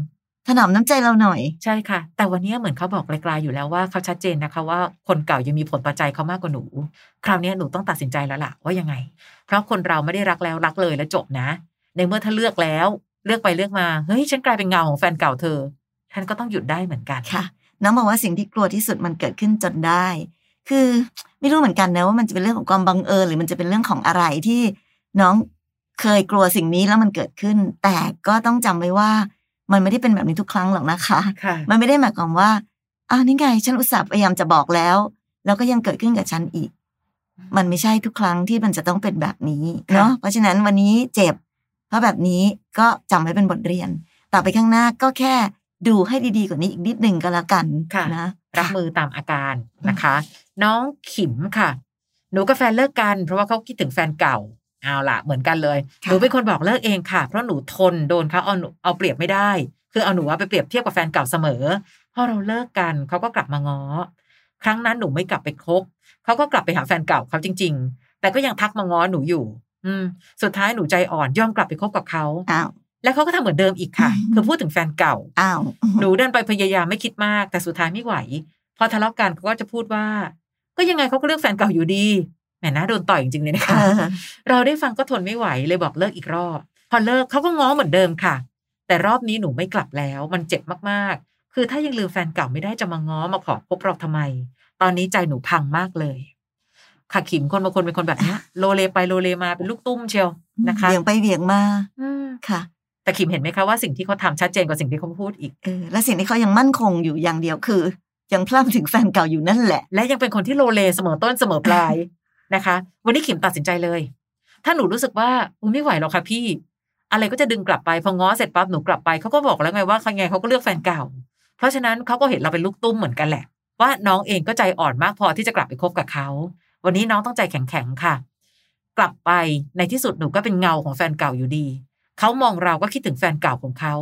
ถนอมน้ำใจเราหน่อย ใช่ค่ะ แต่วันนี้เหมือนเขาบอกไกลๆอยู่แล้วว่าเขาชัดเจนนะคะว่าคนเก่ายังมีผลต่อใจเขามากกว่าหนู คราวนี้หนูต้องตัดสินใจแล้วล่ะว่ายังไง เพราะคนเราไม่ได้รักแล้วรักเลยแล้วจบนะ ในเมื่อถ้าเลือกแล้ว เลือกไปเลือกมาเฮ้ยฉันกลายเป็นเงาของแฟนเก่าเธอท่านก็ต้องหยุดได้เหมือนกัน ค่ะน้องบอกว่าสิ่งที่กลัวที่สุดมันเกิดขึ้นจนได้ คือไม่รู้เหมือนกันนะว่ามันจะเป็นเรื่องของความบังเอิญหรือมันจะเป็นเรื่องของอะไรที่น้องเคยกลัวสิ่งนี้แล้วมันเกิดขึ้น แต่ก็ต้องจำไว้ว่ามันไม่ได้เป็นแบบนี้ทุกครั้งหรอกนะคะ ค่ะ มันไม่ได้หมายความว่าอ้าวนี่ไง ฉันอุตส่าห์พยายามจะบอกแล้ว แล้วก็ยังเกิดขึ้นกับฉันอีก มันไม่ใช่ทุกครั้งที่มันจะต้องเป็นแบบนี้เนาะ เพราะฉะนั้นวันนี้เจ็บ เพราะแบบนี้ก็จำไว้เป็นบทเรียน ต่อไปข้างหน้าก็แค่ดูให้ดีๆกว่านี้อีกนิดหนึ่งก็แล้วกัน ค่ะ นะ รับมือตามอาการนะคะ น้องขิมค่ะ หนูกับแฟนเลิกกัน เพราะว่าเขาคิดถึงแฟนเก่าเอาละเหมือนกันเลย หนูเป็นคนบอกเลิกเองค่ะ เพราะหนูทนโดนเขาเอาหนูเอาเปรียบไม่ได้ คือเอาหนูอะไปเปรียบเทียบกับแฟนเก่าเสมอพอเราเลิกกันเขาก็กลับมาง้อ ครั้งนั้นหนูไม่กลับไปคบเขาก็กลับไปหาแฟนเก่าเขาจริง ๆ แต่ก็ยังทักมาง้อหนูอยู่ อืม สุดท้ายหนูใจอ่อนยอมกลับไปคบกับเขา อ้าว แล้วเขาก็ทำเหมือนเดิมอีกค่ะ คือพูดถึงแฟนเก่า อ้าว หนูเดินไปพยายามไม่คิดมาก แต่สุดท้ายไม่ไหว พอทะเลาะกันเขาก็จะพูดว่า ก็ยังไงเขาก็เลือกแฟนเก่าอยู่ดีแหมน่าโดนต่อยจริงๆเลยนะ เออคะเราได้ฟังก็ทนไม่ไหวเลยบอกเลิกอีกรอบ พอเลิกเขาก็ง้อเหมือนเดิมค่ะ แต่รอบนี้หนูไม่กลับแล้ว มันเจ็บมากๆ คือถ้ายังลืมแฟนเก่าไม่ได้จะมาง้อมาขอพบเราทำไม ตอนนี้ใจหนูพังมากเลย ค่ะขิมคนบางคนเป็นคนแบบเนี้ยโลเลไปโลเลมาเป็นลูกตุ้มเชียวนะคะ เหวี่ยงไปเหวี่ยงมา อืม ค่ะ แต่ขิมเห็นไหมคะว่าสิ่งที่เขาทำชัดเจนกว่าสิ่งที่เขาพูดอีก เออและสิ่งที่เขายังมั่นคงอยู่อย่างเดียวคือ ยังพล่ำถึงแฟนเก่าอยู่นั่นแหละ และยังเป็นคนที่โลเลเสมอต้นเสมอปลาย [laughs] นะคะ วันนี้ขิมตัดสินใจเลย ถ้าหนูรู้สึกว่าอุ๊ยไม่ไหวหรอกค่ะพี่ อะไรก็จะดึงกลับไปพอง้อเสร็จปั๊บหนูกลับไปเขาก็บอกแล้วไงว่าเขาไงเขาก็เลือกแฟนเก่า เพราะฉะนั้นเขาก็เห็นเราเป็นลูกตุ้มเหมือนกันแหละ ว่าน้องเองก็ใจอ่อนมากพอที่จะกลับไปคบกับเขา วันนี้น้องต้องใจแข็งๆค่ะ กลับไปในที่สุดหนูก็เป็นเงาของแฟนเก่าอยู่ดีเขามองเราก็คิดถึงแฟนเก่าของเขา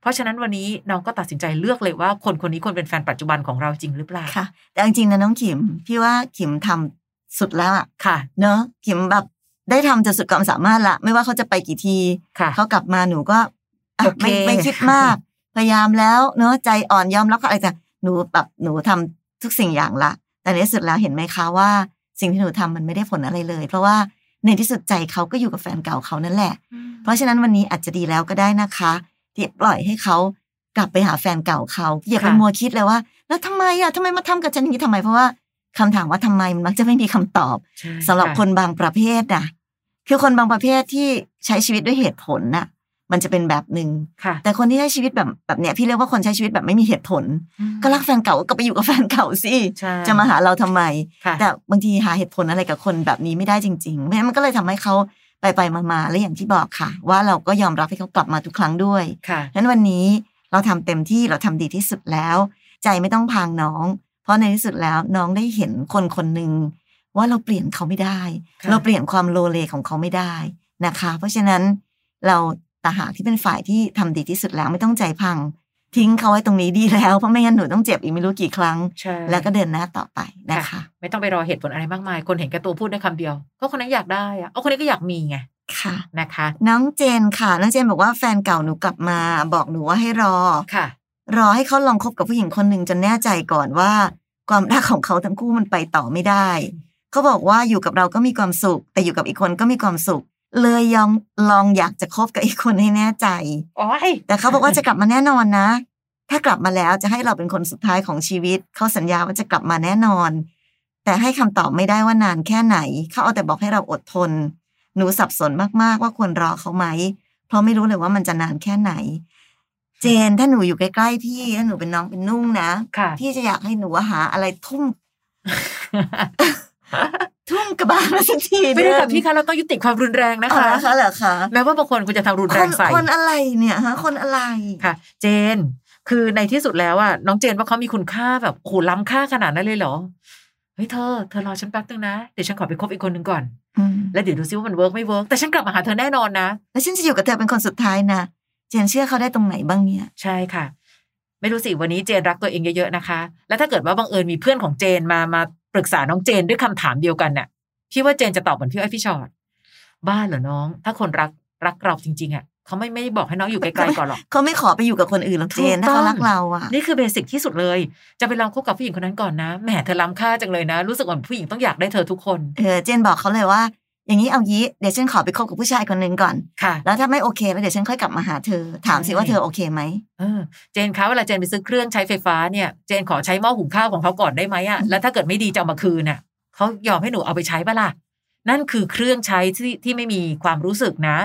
เพราะฉะนั้นวันนี้น้องก็ตัดสินใจเลือกเลยว่าคนคนนี้ควรเป็นแฟนปัจจุบันของเราจริงหรือเปล่า ค่ะ แต่จริงๆนะน้องขิม พี่ว่าขิมทำสุดแล้วอะ ค่ะ เนอะเข็มแบบได้ทำจนสุดความสามารถละ ไม่ว่าเขาจะไปกี่ที ค่ะ เขากลับมาหนูก็อ่ะ โอเค ไม่ไม่คิดมาก พยายามแล้วเนอะใจอ่อนยอมรับเขาอะไรแต่หนูแบบหนูทำทุกสิ่งอย่างละ แต่ในที่สุดแล้วเห็นไหมคะว่า สิ่งที่หนูทำมันไม่ได้ผลอะไรเลย เพราะว่าในที่สุดใจเขาก็อยู่กับแฟนเก่าเขานั่นแหละ เพราะฉะนั้นวันนี้อาจจะดีแล้วก็ได้นะคะที่ปล่อยให้เขากลับไปหาแฟนเก่าเขาอย่าไป ค่ะ มัวคิดเลยว่า แล้วทำไมอ่ะทำไมมาทำกับฉันอย่างนี้ทำไมเพราะว่าคำถามว่าทำไมมันมักจะไม่มีคำตอบ ใช่ สำหรับ ะ คนบางประเภทนะคือคนบางประเภทที่ใช้ชีวิตด้วยเหตุผลน่ะ มันจะเป็นแบบหนึ่ง ค่ะ แต่คนที่ใช้ชีวิตแบบแบบเนี้ยพี่เรียกว่าคนใช้ชีวิตแบบไม่มีเหตุผล ก็รักแฟนเก่าก็ไปอยู่กับแฟนเก่าสิ ใช่ จะมาหาเราทำไม ค่ะ แต่บางทีหาเหตุผลอะไรกับคนแบบนี้ไม่ได้จริงๆเพราะฉะนั้นมันก็เลยทำให้เขาไปไปๆมาๆและอย่างที่บอกค่ะ ว่าเราก็ยอมรับให้เขากลับมาทุกครั้งด้วย ค่ะ งั้นวันนี้เราทำเต็มที่เราทำดีที่สุดแล้ว ใจไม่ต้องพางน้อง เพราะในที่สุดแล้วน้องได้เห็นคนคนหนึ่งว่าเราเปลี่ยนเขาไม่ได้ ค่ะ เราเปลี่ยนความโลเลของเขาไม่ได้นะคะ เพราะฉะนั้นเราต่างหากที่เป็นฝ่ายที่ทำดีที่สุดแล้วไม่ต้องใจพัง ทิ้งเขาไว้ตรงนี้ดีแล้วเพราะไม่งั้นหนูต้องเจ็บอีกไม่รู้กี่ครั้ง ใช่ แล้วก็เดินหน้าต่อไปนะคะ ไม่ต้องไปรอเหตุผลอะไรมากมาย คนเห็นแก่ตัวพูดได้คำเดียว ก็คนนั้นอยากได้อะเอาคนนี้ก็อยากมีไง ค่ะ นะคะ น้องเจนค่ะน้องเจนบอกว่าแฟนเก่าหนูกลับมาบอกหนูว่าให้รอ ค่ะ รอให้เขาลองคบกับผู้หญิงคนหนึ่งจนแน่ใจก่อนว่า ความรักของเขาทั้งคู่มันไปต่อไม่ได้ เขาบอกว่าอยู่กับเราก็มีความสุข แต่อยู่กับอีกคนก็มีความสุข เลยยองลองอยากจะคบกับอีกคนให้แน่ใจ โอ้ย แต่เขาบอกว่าจะกลับมาแน่นอนนะ ถ้ากลับมาแล้วจะให้เราเป็นคนสุดท้ายของชีวิต เขาสัญญาว่าจะกลับมาแน่นอน แต่ให้คำตอบไม่ได้ว่านานแค่ไหน เขาเอาแต่บอกให้เราอดทน หนูสับสนมากๆว่าควรรอเขาไหม เพราะไม่รู้เลยว่ามันจะนานแค่ไหน เจนถ้าหนูอยู่ใกล้ๆพี่ถ้าหนูเป็นน้องเป็นนุ่งนะ ค่ะ พี่จะอยากให้หนูหาอะไรทุ่มทุ่มกระบาลมาสักที ไม่ได้ค่ะพี่คะเราต้องยุติความรุนแรงนะ เอา คะ ละคะเหรอคะ แม้ว่าบางคนคุณจะทำรุน ค แรง น ใส่ คนอะไรเนี่ยฮะคนอะไร ค่ะ เจน คือในที่สุดแล้วอ่ะน้องเจนว่าเขามีคุณค่าแบบโอ้โหล้ำค่าขนาดนั้นเลยเหรอ เฮ้ยเธอ เธอรอฉันแป๊บนึงนะ เดี๋ยวฉันขอไปคบอีกคนหนึ่งก่อน อืม แล้วเดี๋ยวดูซิว่ามันเวิร์กไม่เวิร์กแต่ฉันกลับมาหาเธอแน่นอนนะ แล้วฉันจะอยู่กับเธอเป็นคนสุดท้ายนะ เจนเชื่อเขาได้ตรงไหนบ้างเนี่ย ใช่ค่ะ ไม่รู้สิวันนี้เจนรักตัวเองเยอะๆนะคะ แล้วถ้าเกิดว่าบังเอิญมีเพื่อนของเจนมามาปรึกษาน้องเจนด้วยคำถามเดียวกันน่ะพี่ว่าเจนจะตอบเหมือนพี่อ้อยพี่ชอตบ้าเหรอน้อง ถ้าคนรักรักเราจริงๆอ่ะ เขาไม่ไม่ได้บอกให้น้องอยู่ไกลๆก่ [laughs] อนหรอก เขาไม่ขอไปอยู่กับคนอื่นหรอกเจน ถูก ถ้า ต้อง เขารักเราอะ นี่คือเบสิกที่สุดเลย จะไปลองคบกับผู้หญิงคนนั้นก่อนนะแหมเธอล้ำค่าจังเลยนะ รู้สึกเหมือนผู้หญิงต้องอยากได้เธอทุกคน เออเจนบอกเขาเลยว่า อย่างนี้เอายี้เดี๋ยวฉันขอไปคบกับผู้ชายคนหนึ่งก่อน ค่ะ แล้วถ้าไม่โอเคแล้วเดี๋ยวฉันค่อยกลับมาหาเธอ ถามสิ ใช่ ว่าเธอโอเคไหม เออเจนคะเวลาเจนไปซื้อเครื่องใช้ไฟฟ้าเนี่ยเจนขอใช้หม้อหุงข้าวของเขาก่อนได้ไหมอะแล้วถ้าเกิดไม่ดีจะเอามาคืนอะเขายอมให้หนูเอาไปใช้ปะล่ะนั่นคือเครื่องใช้ที่ที่ไม่มีความรู้สึกนะ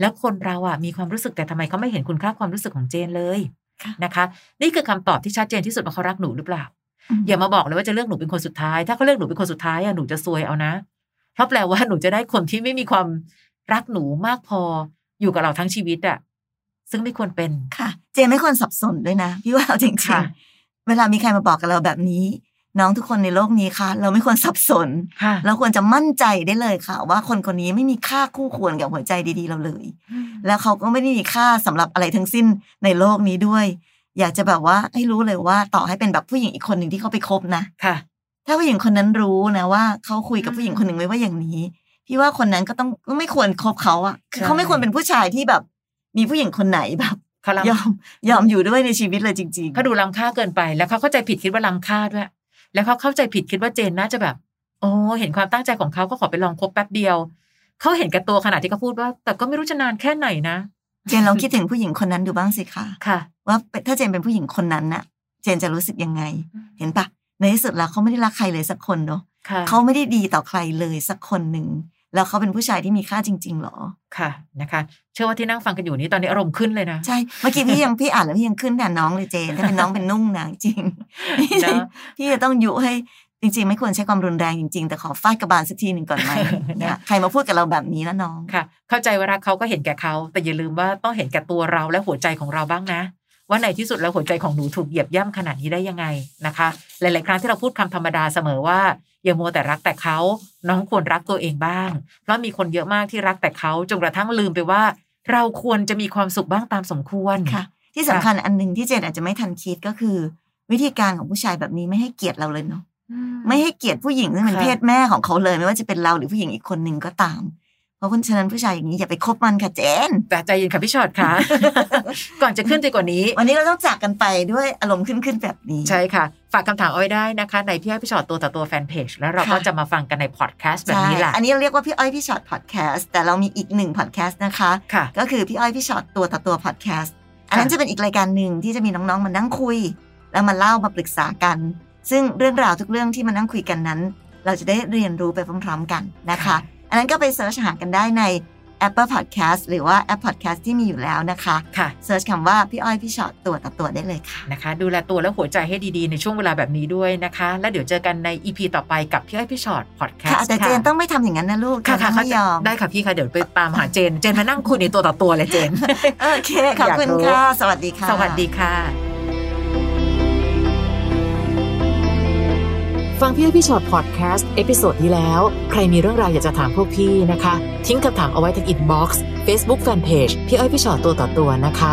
แล้วคนเราอะมีความรู้สึกแต่ทำไมเขาไม่เห็นคุณค่าความรู้สึกของเจนเลย ค่ะ นะคะ นี่คือคำตอบที่ชัดเจนที่สุดว่าเขารักหนูหรือเปล่า อ อย่ามาบอกเลยว่าจะเลือกหนูเป็นคนสุดท้าย ถ้าเขาเลือกหนูเป็นคนสุดท้ายอะหนูจะซวยเอานะ เพราะแปลว่าหนูจะได้คนที่ไม่มีความรักหนูมากพออยู่กับเราทั้งชีวิตอะซึ่งไม่ควรเป็น ค่ะ เจนไม่ควรสับสนด้วยนะพี่ว่าเอาจริง ค่ะ ๆ เวลามีใครมาบอกกับเราแบบนี้ น้องทุกคนในโลกนี้ค่ะ เราไม่ควรสับสน ค่ะ เราควรจะมั่นใจได้เลยค่ะ ว่าคนคนนี้ไม่มีค่าคู่ควรกับหัวใจดีๆ เราเลย แล้วเขาก็ไม่ได้มีค่าสำหรับอะไรทั้งสิ้นในโลกนี้ด้วย อยากจะแบบว่าให้รู้เลยว่าต่อให้เป็นแบบผู้หญิงอีกคนหนึ่งที่เขาไปคบนะ ค่ะ ถ้าผู้หญิงคนนั้นรู้นะว่าเขาคุยกับ อืม ผู้หญิงคนหนึ่งไว้ว่าอย่างนี้ พี่ว่าคนนั้นก็ต้องก็ไม่ควรคบเขาอ่ะคือ ใช่ เขาไม่ควรเป็นผู้ชายที่แบบ มีผู้หญิงคนไหนแบบ เขา ยอ ล้ำ มยอมอยู่ด้วยในชีวิตเลยจริงๆ เขาดูล้ำค่าเกินไป แล้วเขาเข้าใจผิดคิดว่าล้ำค่าด้วย แล้วเขาเข้าใจผิดคิดว่าเจนน่าจะแบบ โอ้เห็นความตั้งใจของเขาก็ขอไปลองคบแป๊บเดียว เขาเห็นแก่ตัวขนาดที่เขาพูดว่า แต่ก็ไม่รู้จะนานแค่ไหนนะ เจนลองคิดถึงผู้หญิงคนนั้นดูบ้างสิคะ ค่ะ ว่าถ้าเจนเป็นผู้หญิงคนนั้นน่ะ เจนจะรู้สึกยังไง เห็นปะในที่สุดแล้วเขาไม่ได้รักใครเลยสักคนเนาะ ค่ะ เขาไม่ได้ดีต่อใครเลยสักคนหนึ่งแล้วเขาเป็นผู้ชายที่มีค่าจริง ๆหรอ ค่ะนะคะ เชื่อว่าที่นั่งฟังกันอยู่นี้ตอนนี้อารมณ์ขึ้นเลยนะ ใช่เมื่อกี้พี่ยังพี่อ่านแล้วพี่ยังขึ้นแทนน้องเลยเจนถ้าเป็นน้องเป็นนุ่งนะจริง เนอะ [laughs] พี่จะต้องยุให้จริง ๆ ไม่ควรใช้ความรุนแรงจริง ๆ แต่ขอฟาดกระบาลสักทีหนึ่ง [laughs] ก่อนไหมนะใครมาพูดกับเราแบบนี้นะน้อง ค่ะ เข้าใจว่ารักเขาก็เห็นแก่เขา แต่อย่าลืมว่าต้องเห็นแก่ตัวเราและหัวใจของเราบ้างนะ ว่าในที่สุดแล้วหัวใจของหนูถูกเหยียบย่ำขนาดนี้ได้ยังไงนะคะ หลาย ๆ ครั้งที่เราพูดคำธรรมดาเสมอว่า อย่ามัวแต่รักแต่เขาน้องควรรักตัวเองบ้าง เพราะมีคนเยอะมากที่รักแต่เขาจนกระทั่งลืมไปว่า เราควรจะมีความสุขบ้างตามสมควร ค่ะ ที่สำคัญอันหนึ่งที่เจนอาจจะไม่ทันคิดก็คือ วิธีการของผู้ชายแบบนี้ไม่ให้เกียรติเราเลยเนาะไม่ให้เกียรติผู้หญิงซึ่งเป็น ค่ะ เพศแม่ของเขาเลยไม่ว่าจะเป็นเราหรือผู้หญิงอีกคนหนึ่งก็ตาม เพราะฉะนั้นผู้ชายอย่างนี้อย่าไปคบมันค่ะเจน แต่ใจเย็นค่ะพี่ชอด [laughs] ค่ะ ก่อนจะขึ้นไปกว่านี้ วันนี้เราต้องจากกันไปด้วยอารมณ์ขึ้นขึ้นๆแบบนี้ ใช่ค่ะ ฝากคำถามเอาไว้ได้นะคะ ในพี่อ้อยพี่ชอตตัวต่อตัวแฟนเพจแล้วเราก็ ค่ะ จะมาฟังกันในพอดแคสต์แบบนี้แหละ ใช่อันนี้เราเรียกว่าพี่อ้อยพี่ช็อตพอดแคสต์แต่เรามีอีกหนึ่งพอดแคสต์นะคะ ค่ะ ก็คือพี่อ้อยพี่ช็อตตัวต่อตัวพอดแคสต์อันนั้น ค่ะ จะเป็นอีกรายการหนึ่งที่จะมีน้องๆมานั่งคุย แล้วมาเล่ามาปรึกษากัน ซึ่งเรื่องราวทุกเรื่องที่มานั่งคุยกันนั้น เราจะได้เรียนรู้ไปพร้อมๆกันนะคะ อันนั้นก็ไปเสิร์ชหากันได้ใน Apple Podcast หรือว่าแอป Podcast ที่มีอยู่แล้วนะคะ ค่ะ เสิร์ชคำว่าพี่อ้อยพี่ช็อตตัวต่อตัวได้เลยค่ะ นะคะดูแลตัวและหัวใจให้ดีๆ ในช่วงเวลาแบบนี้ด้วยนะคะ แล้วเดี๋ยวเจอกันใน EP ต่อไปกับพี่อ้อยพี่ชอตพอดแคส ค่ะ ต์ แต่เจนต้องไม่ทำอย่างนั้นนะลูก ค่ะค่ะ เจน เขา ไม่ จะ ยอม ได้ค่ะพี่ค่ะ เดี๋ยวไปตามหาเจน เจนมานั่งคุยในตัวต่อตัวเลยเจน โอเคขอบคุณ อยากรู้ ค่ะสวัสดีค่ะ สวัสดีค่ะ ฟังพี่อ้อยพี่ชอตพอดแคสต์เอพิโซดที่แล้ว ใครมีเรื่องราวอยากจะถามพวกพี่นะคะ ทิ้งคำถามเอาไว้ทางอินบ็อกซ์เฟซบุ๊กแฟนเพจพี่อ้อยพี่ชอตตัวต่อตัวนะคะ